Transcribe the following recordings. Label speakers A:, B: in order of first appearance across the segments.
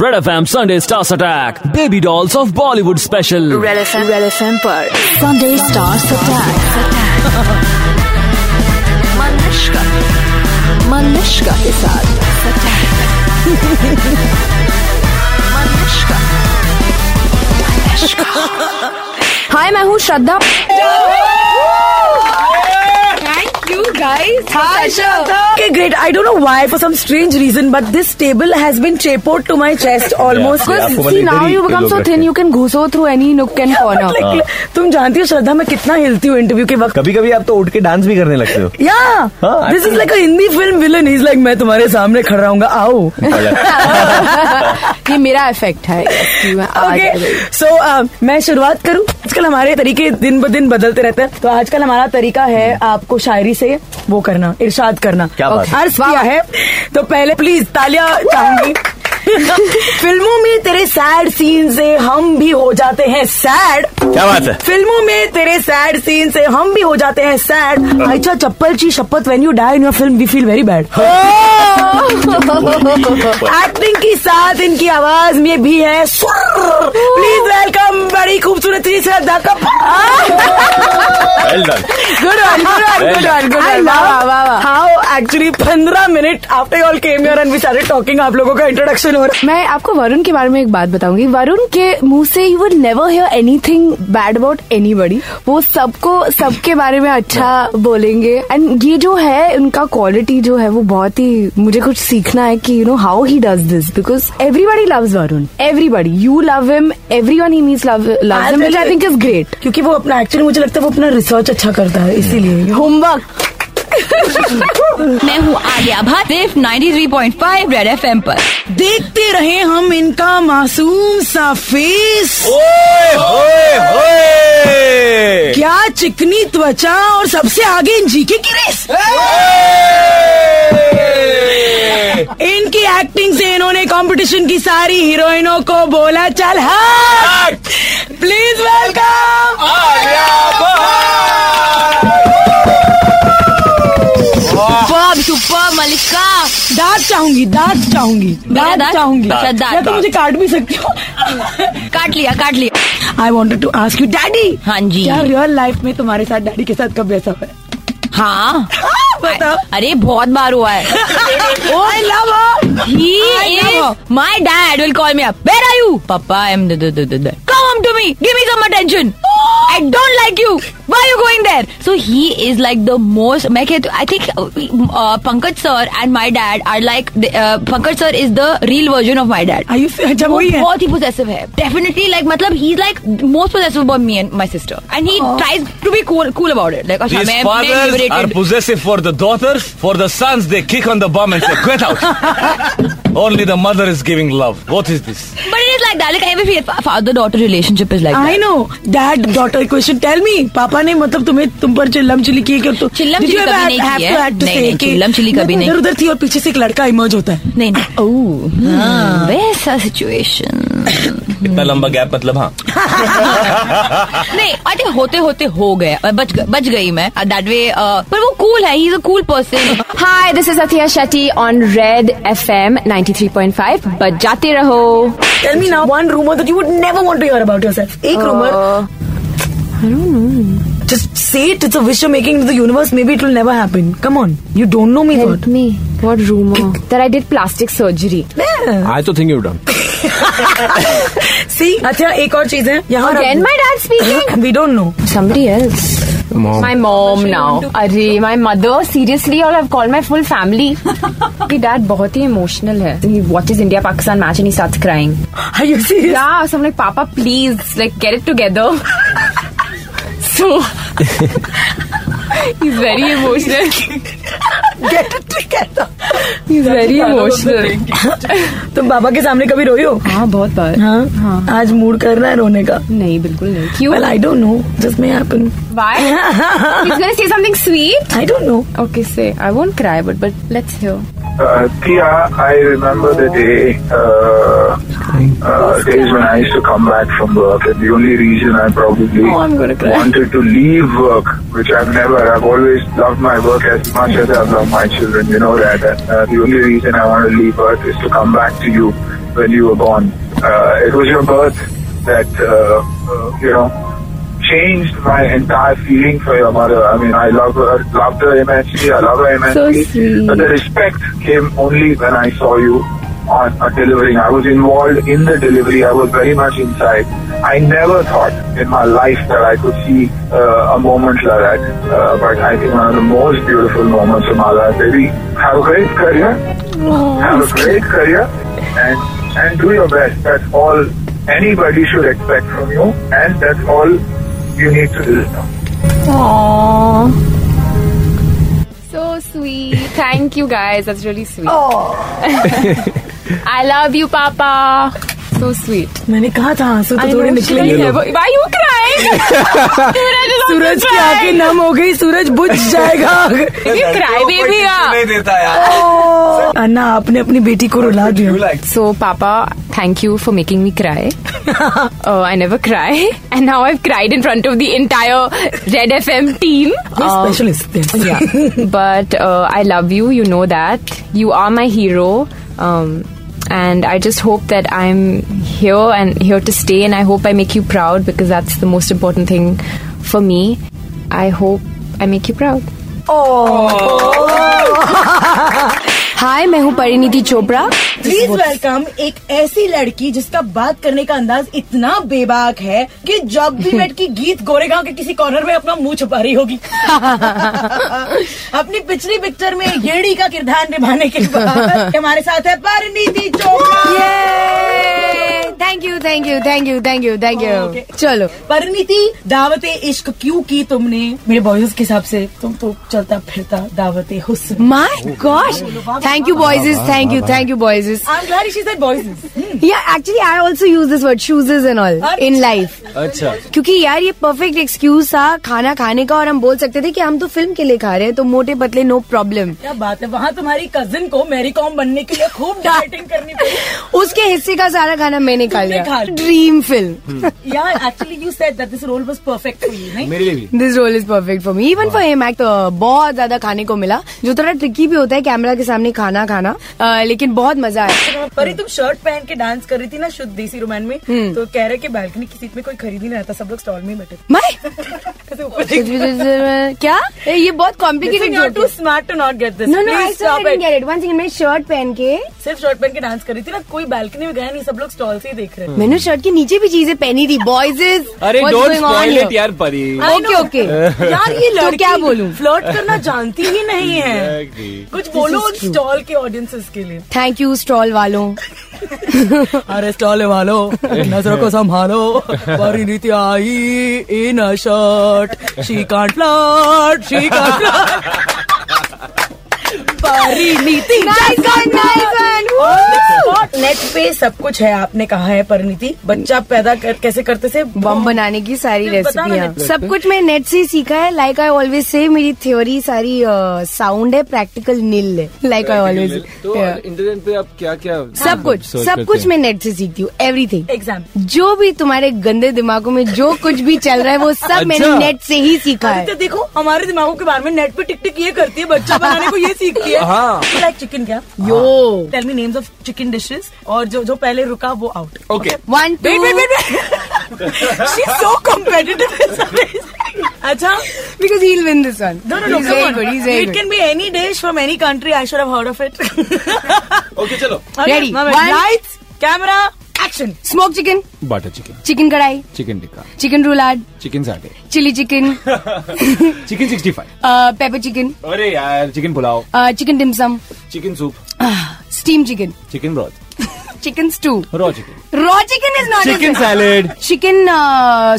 A: Red F M Sunday stars attack baby dolls of Bollywood special
B: red F M red F M पर Sunday stars attack Manushka Manushka के साथ Manushka
C: hi मैं हूँ Shraddha thank you guys hi Shraddha
B: Okay, great. I don't know why, for some strange reason, but this table has been chapoed to my chest almost.
D: Yeah, आपको
C: See
D: मतलब
C: now
D: इधर ही
C: you become
D: लोग
C: so
D: रखते
C: thin
D: हैं।
C: you can घुसो through any nook and
D: Uh.
C: corner.
B: Like, तुम जानती हो श्रद्धा मैं कितना हिलती हूँ इंटरव्यू के वक्त
D: कभी कभी आप तो उठ के डांस भी करने लगते हो
B: या
D: हाँ,
B: this is
D: actually-
B: like a Hindi film villain is like मैं तुम्हारे सामने खड़ा हूँ आओ
C: ये मेरा इफेक्ट है yes, कि मैं आ जा
B: ओके
C: रही।
B: सो um, मैं शुरुआत करूं आजकल हमारे तरीके दिन ब दिन बदलते रहते हैं तो आजकल हमारा तरीका है आपको शायरी से वो करना इरशाद करना
D: क्या बात है।
B: अर्ज किया है तो पहले प्लीज तालियां चाहूंगी फिल्मों में तेरे सैड सीन से हम भी हो जाते हैं सैड
D: क्या बात है
B: फिल्मों में तेरे सैड सीन से हम भी हो जाते हैं सैड अच्छा चप्पल ची शपथ when you die in your film we feel very bad
C: हाँ।
B: एक्टिंग के साथ इनकी आवाज में भी है प्लीज वेलकम बड़ी खूबसूरत सी श्रद्धा कपूर
C: हाँ।
D: Well done
B: good one good one good one good
C: I
B: one
C: love- वाह, वाह।
B: हाउ एक्चुअली पंद्रह मिनट after all came your and we started talking आप लोगों का इंट्रोडक्शन हो रहा
C: मैं आपको वरुण के बारे में एक बात बताऊंगी वरुण के मुंह से you will never hear anything bad about anybody वो सबको सबके बारे में अच्छा बोलेंगे एंड ये जो है उनका क्वालिटी जो है वो बहुत ही मुझे कुछ सीखना है कि you know how he does this because everybody loves Varun everybody you love him every one he means love love him I think is great
B: क्योंकि वो अपना एक्चुअली मुझे लगता है वो अपना रिसर्च अच्छा करता है इसीलिए
C: होमवर्क
E: मैं हूँ आलिया भट्ट सिर्फ 93.5 रेड एफएम पर
B: देखते रहे हम इनका मासूम सा फेस
D: ओए होए होए
B: क्या चिकनी त्वचा और सबसे आगे इन जीके की रेस इनकी एक्टिंग से इन्होंने कंपटीशन की सारी हीरोइनों को बोला चल हाँ please welcome
E: Bob super Mallika
B: दांत चाहूंगी दांत चाहूंगी
E: मेरा
B: दांत
E: दांत?
B: चाहूंगी
E: अच्छा, दांत,
B: या तुम मुझे काट भी सकती हो
E: काट लिया काट लिया
B: I wanted to ask you daddy
E: हाँ जी।
B: क्या रियल लाइफ में तुम्हारे साथ डैडी के साथ कब ऐसा हुआ है?
E: हाँ
B: बताओ
E: अरे बहुत बार हुआ है
B: I love
E: my dad will call me up where are you papa I am come up to me give me some attention I don't like you why you going there so he is like the most मैं कहती I think uh, Pankaj sir and my dad are like uh, Pankaj sir is the real version of my dad
B: I you जब
E: वो
B: वही है
E: बहुत ही possessive है definitely like मतलब he is like most possessive about me and my sister and he tries to be cool cool about it like अच्छा
F: These
E: मैं मैं
F: fathers are
E: liberated
F: possessive for the daughters. For the sons, they kick on the bum and say, "Get out." Only the mother is giving love. What is this?
E: but it is like that like every father daughter relationship is like that.
B: I know dad daughter question tell me पापा ने मतलब तुम्हें तुम पर चिल्लम chilli की है कि तुम
E: चिल्लम चिल्ली कभी नहीं की है। नहीं, नहीं, चिल्लम चिल्ली कभी नहीं।
B: इधर उधर थी और पीछे से एक लड़का इमर्ज होता है
E: नहीं नहीं ओह hmm, वैसा सिचुएशन
F: इतना लंबा गैप मतलब हाँ
E: नहीं आई थिंक होते होते हो गए और बच ग- बच गई मैं Uh, दैट वे पर वो कूल है he is a cool person
C: hi this is Athiya Shetty on red FM 93.5 बजाते रहो
B: tell me now one rumour that you would never want to hear about yourself
E: Uh,
B: एक rumour Just say it. It's a wish you're making to the universe. Maybe it will never happen. Come on. You don't know me,
C: Help
B: God.
C: me. What rumor? that I did plastic surgery.
D: I तो think you done
B: See? अच्छा एक और चीज है यहाँ
C: Again, my dad speaking.
B: We don't know.
C: Somebody else. My mom now. Arre, my mother. Seriously, all I've called my full family. कि dad बहुत ही emotional है. He watches India Pakistan match and he starts crying.
B: Are you serious?
C: Yeah, so I'm like, Papa, please, like, get it together. so. He's very emotional.
B: Get it together.
C: He's very emotional.
B: तुम पापा के सामने कभी रोई हो?
C: हाँ बहुत बार
B: हाँ. आज मूड कर रहा है रोने का.
C: नहीं बिल्कुल नहीं क्यों
B: Well, I don't know. Just may happen.
C: Why? He's gonna say something sweet.
B: I don't know.
C: Okay, say I won't cry, but but let's hear.
G: Uh, Tia, I remember the day, uh, uh, days when I used to come back from work, and the only reason I probably wanted to leave work, which I've never, I've always loved my work as much as I've loved my children, you know that. And, uh, the only reason I want to leave work is to come back to you when you were born. Uh, it was your birth that, uh, uh, you know, changed my entire feeling for your mother. I mean, I love her, loved her immensely, I love her immensely.
H: sweet.
G: But the respect came only when I saw you on a delivering. I was involved in the delivery. I was very much inside. I never thought in my life that I could see uh, a moment like that. Uh, but I think one of the most beautiful moments of my life. Baby, have a great career have a great career and and do your best. That's all anybody should expect from you, and that's all you need to do.
C: So sweet. Thank you guys. That's really sweet. I love you, Papa. So sweet.
B: मैंने कहा था आंसू तो थोड़े निकलेंगे
C: Why are you crying?
B: सूरज की आंखें नम हो गई सूरज बुझ जाएगा
C: You cry, baby. ah.
I: नहीं देता यार
B: अन्ना आपने अपनी बेटी को रुला दिया
C: So, Papa, thank you for making me cry. uh, I never cry, and now I've cried in front of the entire Red FM team. Um,
B: specialist
C: yeah, but uh, I love you. You know that you are my hero, um, and I just hope that I'm here and here to stay. And I hope I make you proud because that's the most important thing for me. I hope I make you proud.
H: Hi मैं हूँ Parineeti Chopra
B: please welcome एक ऐसी लड़की जिसका बात करने का अंदाज इतना बेबाक है कि जब भी बैठ के गीत गोरेगांव के किसी कॉर्नर में अपना मुंह छुपा रही होगी अपनी पिछली पिक्चर में येड़ी का किरदार निभाने के बाद हमारे साथ है Parineeti Chopra
H: thank you thank you thank you thank you thank
B: Okay.
H: You चलो
B: परिणीति दावते इश्क क्यों की तुमने मेरे बॉयज के हिसाब से तुम तो चलता फिरता दावते हुस्न
H: my gosh thank you boyses thank you thank you boyses
B: I am glad she said boys
H: yeah actually I also use this word shoeses and all in life
D: अच्छा
H: क्योंकि यार ये परफेक्ट एक्सक्यूज था खाना खाने का और हम बोल सकते थे कि हम तो फिल्म के लिए खा रहे हैं तो मोटे पतले नो प्रॉब्लम
B: क्या बात है वहाँ तुम्हारी कजिन को मैरी कॉम बनने के लिए खूब डाइटिंग करनी पड़ी
H: उसके हिस्से का सारा खाना मैंने खा
B: तुमने
H: लिया
B: खा लिया।
H: Dream film
D: Hmm.
B: Yeah actually you said that this role was perfect for you नहीं
D: मेरे लिए भी
H: this role is perfect for me even for him act तो बहुत ज्यादा खाने को मिला जो थोड़ा ट्रिकी भी होता है कैमरा के सामने खाना खाना अ, लेकिन बहुत मजा आया
B: परी तुम शर्ट पहन के डांस कर रही थी ना शुद्ध देसी रोमान में
H: हम्म।
B: तो कह रहे कि बालकनी की सीट में कोई खरीद ही नहीं रहा था सब लोग स्टॉल में ही बैठे थे। तो
H: मैं
B: ऐसे ऊपर देख-
H: क्या ए, ये बहुत
B: Listen,
H: complicated
B: you are
H: joke
B: too smart to not get this.
H: No no
B: Please
H: I
B: stop it.
H: मैंने शर्ट पहन के
B: सिर्फ शर्ट पहन के डांस कर रही थी ना कोई बालकनी में गया नहीं सब लोग स्टॉल से ही देख रहे हैं
H: मैंने शर्ट के नीचे भी चीजें पहनी थी बॉयज
D: अरे डोंट स्पॉइल इट यार Pari
B: I
H: okay
B: know.
H: Okay
B: यार ये
H: तो
B: लड़की
H: क्या बोलूं?
B: फ्लर्ट करना जानती ही नहीं है कुछ बोलो उन स्टॉल के ऑडियंसेस के लिए
H: थैंक यू स्टॉल वालों
B: अरे स्टॉल वालो नजरों को संभालो Parineeti I in a shirt she can't flirt she can't Parineeti net पे सब कुछ है आपने कहा है परिणीति बच्चा पैदा कर, कैसे करते से
H: बम बनाने की सारी
B: तो फिर बताना
H: रेसिपियाँ
B: नेट पे।
H: सब कुछ मैं नेट से ही सीखा है लाइक आई ऑलवेज से मेरी थ्योरी सारी साउंड है प्रैक्टिकल नील है लाइक आई ऑलवेज
D: तो इंटरनेट पे आप क्या क्या
H: सब कुछ सब कुछ मैं नेट से सीखती हूँ एवरीथिंग
B: एग्जाम
H: जो भी तुम्हारे गंदे दिमागों में जो कुछ भी चल रहा है वो सब मैंने
D: अच्छा।
H: नेट से ही सीखा है
B: तो देखो हमारे दिमागों के बारे में नेट पे टिक टिक ये करती है बच्चा बनाने को ये सीखती है हाँ लाइक चिकन क्या
H: yo
B: tell me names of chicken dishes और जो जो पहले रुका वो out
D: okay
H: one
B: wait wait
H: two
B: wait wait she so competitive अच्छा
H: because he win this one
B: No, no, no.
H: He's
B: come
H: very
B: on.
H: good, he's very
B: It
H: good.
B: can be any dish from any country. I should have heard of it.
D: Okay चलो
B: Okay,
H: Ready.
B: my bad.
H: One.
B: Lights, camera, action.
H: Smoke chicken
D: butter chicken
H: chicken kadai
D: chicken tikka
H: chicken roulade
D: chicken satay
H: chilli chicken uh,
D: chicken sixty five
H: pepper chicken
D: अरे यार chicken pulao
H: chicken dim sum
D: chicken soup
H: steam chicken
D: chicken broth
H: chicken stew
D: raw chicken
H: raw chicken is not
D: chicken salad
H: chicken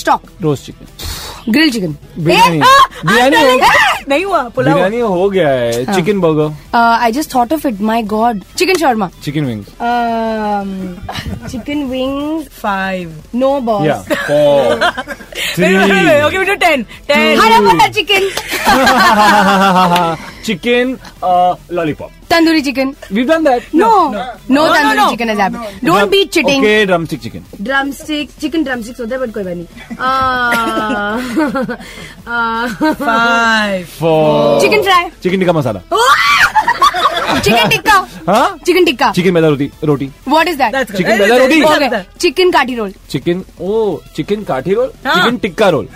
H: stock
D: roast chicken
H: grill chicken Eh,
D: biryani
H: ah,
D: biryani हो-
B: नहीं हुआ पुलाव
D: बिरयानी हो गया है
B: हाँ.
D: Chicken burger
H: I just thought of it my god chicken shawarma
D: chicken wings
B: Um,
H: chicken wing
B: Five.
H: No
D: या
H: boss
D: four
B: Wait, wait, wait, wait. Okay, we do ten. Ten.
H: हरा भरा chicken
D: chicken uh, lollipop
H: tandoori chicken
D: we done that
H: no no
B: no,
H: tandoori
B: no.
H: Chicken is happened don't be cheating
D: okay drumstick chicken
H: drumstick chicken drumsticks होता है but कोई बात नहीं
B: Five.
D: Four
B: uh,
H: chicken fry
D: chicken tikka masala
B: Oh.
H: Chicken tikka
D: हाँ
H: chicken tikka
D: chicken maida roti roti
H: what is that
B: That's good.
D: Chicken bella roti?
B: Anything.
H: Okay. Chicken काटी role
D: chicken oh chicken kathi roll chicken tikka roll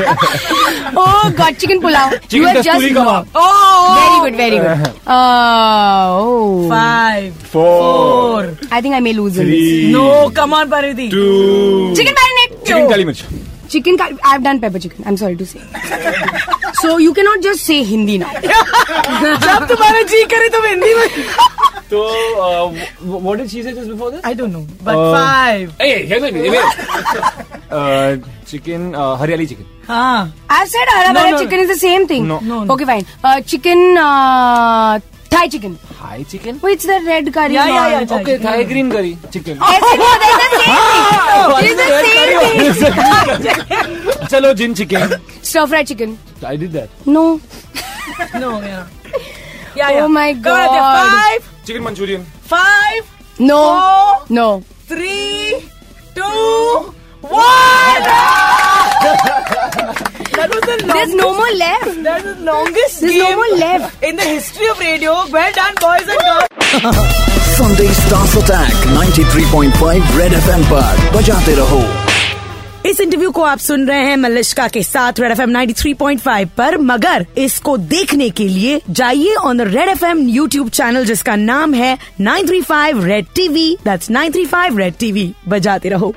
H: oh god chicken pulao you
D: Chicken
H: have just
D: kasturi kabaab.
H: oh very good very good uh, oh
B: Five,
D: four
B: four.
H: i think i may lose in this
D: three
B: No, come on, Paridhi.
D: Two
H: chicken marinade
D: chicken काली मिर्च
H: chicken ka- i've done pepper chicken i'm sorry to say so you cannot just say hindi now
B: जब तुम्हारा जी करे तुम हिंदी में
D: तो what did she say just before
B: I don't know but
D: Uh,
B: five
D: this
H: Uh,
D: chicken hariyali chicken
B: हाँ
H: i've said hara
B: No,
H: no,
B: no.
H: chicken is the same thing
D: No.
B: No, no.
H: okay fine uh, chicken uh, thai chicken
D: हाई chicken
H: oh it's the red curry
B: Yeah, yeah,
H: and all.
B: yeah,
D: okay Thai green curry chicken
H: Yes, no, that's the same thing. It's the same thing.
D: चलो जिन chicken
H: Stir fry chicken.
D: I did that
H: No.
B: No, yeah. Yeah, yeah.
H: Oh my
B: Come on, Aditya.
H: God.
B: Five,
D: chicken Manchurian
B: five,
H: No.
B: four,
H: No.
B: three, two, one. that was the
H: There's
B: longest.
H: no more left.
B: That was the longest
H: There's
B: game
H: no more left.
B: in the history of radio. Well done, boys and girls.
J: Sunday Stars Attack 93.5 Red FM पर बजाते रहो
K: इस interview को आप सुन रहे हैं मलिश्का के साथ रेड एफ एम पर मगर इसको देखने के लिए जाइए on the Red F M YouTube channel जिसका नाम है 935 Red TV that's 935 Red TV बजाते रहो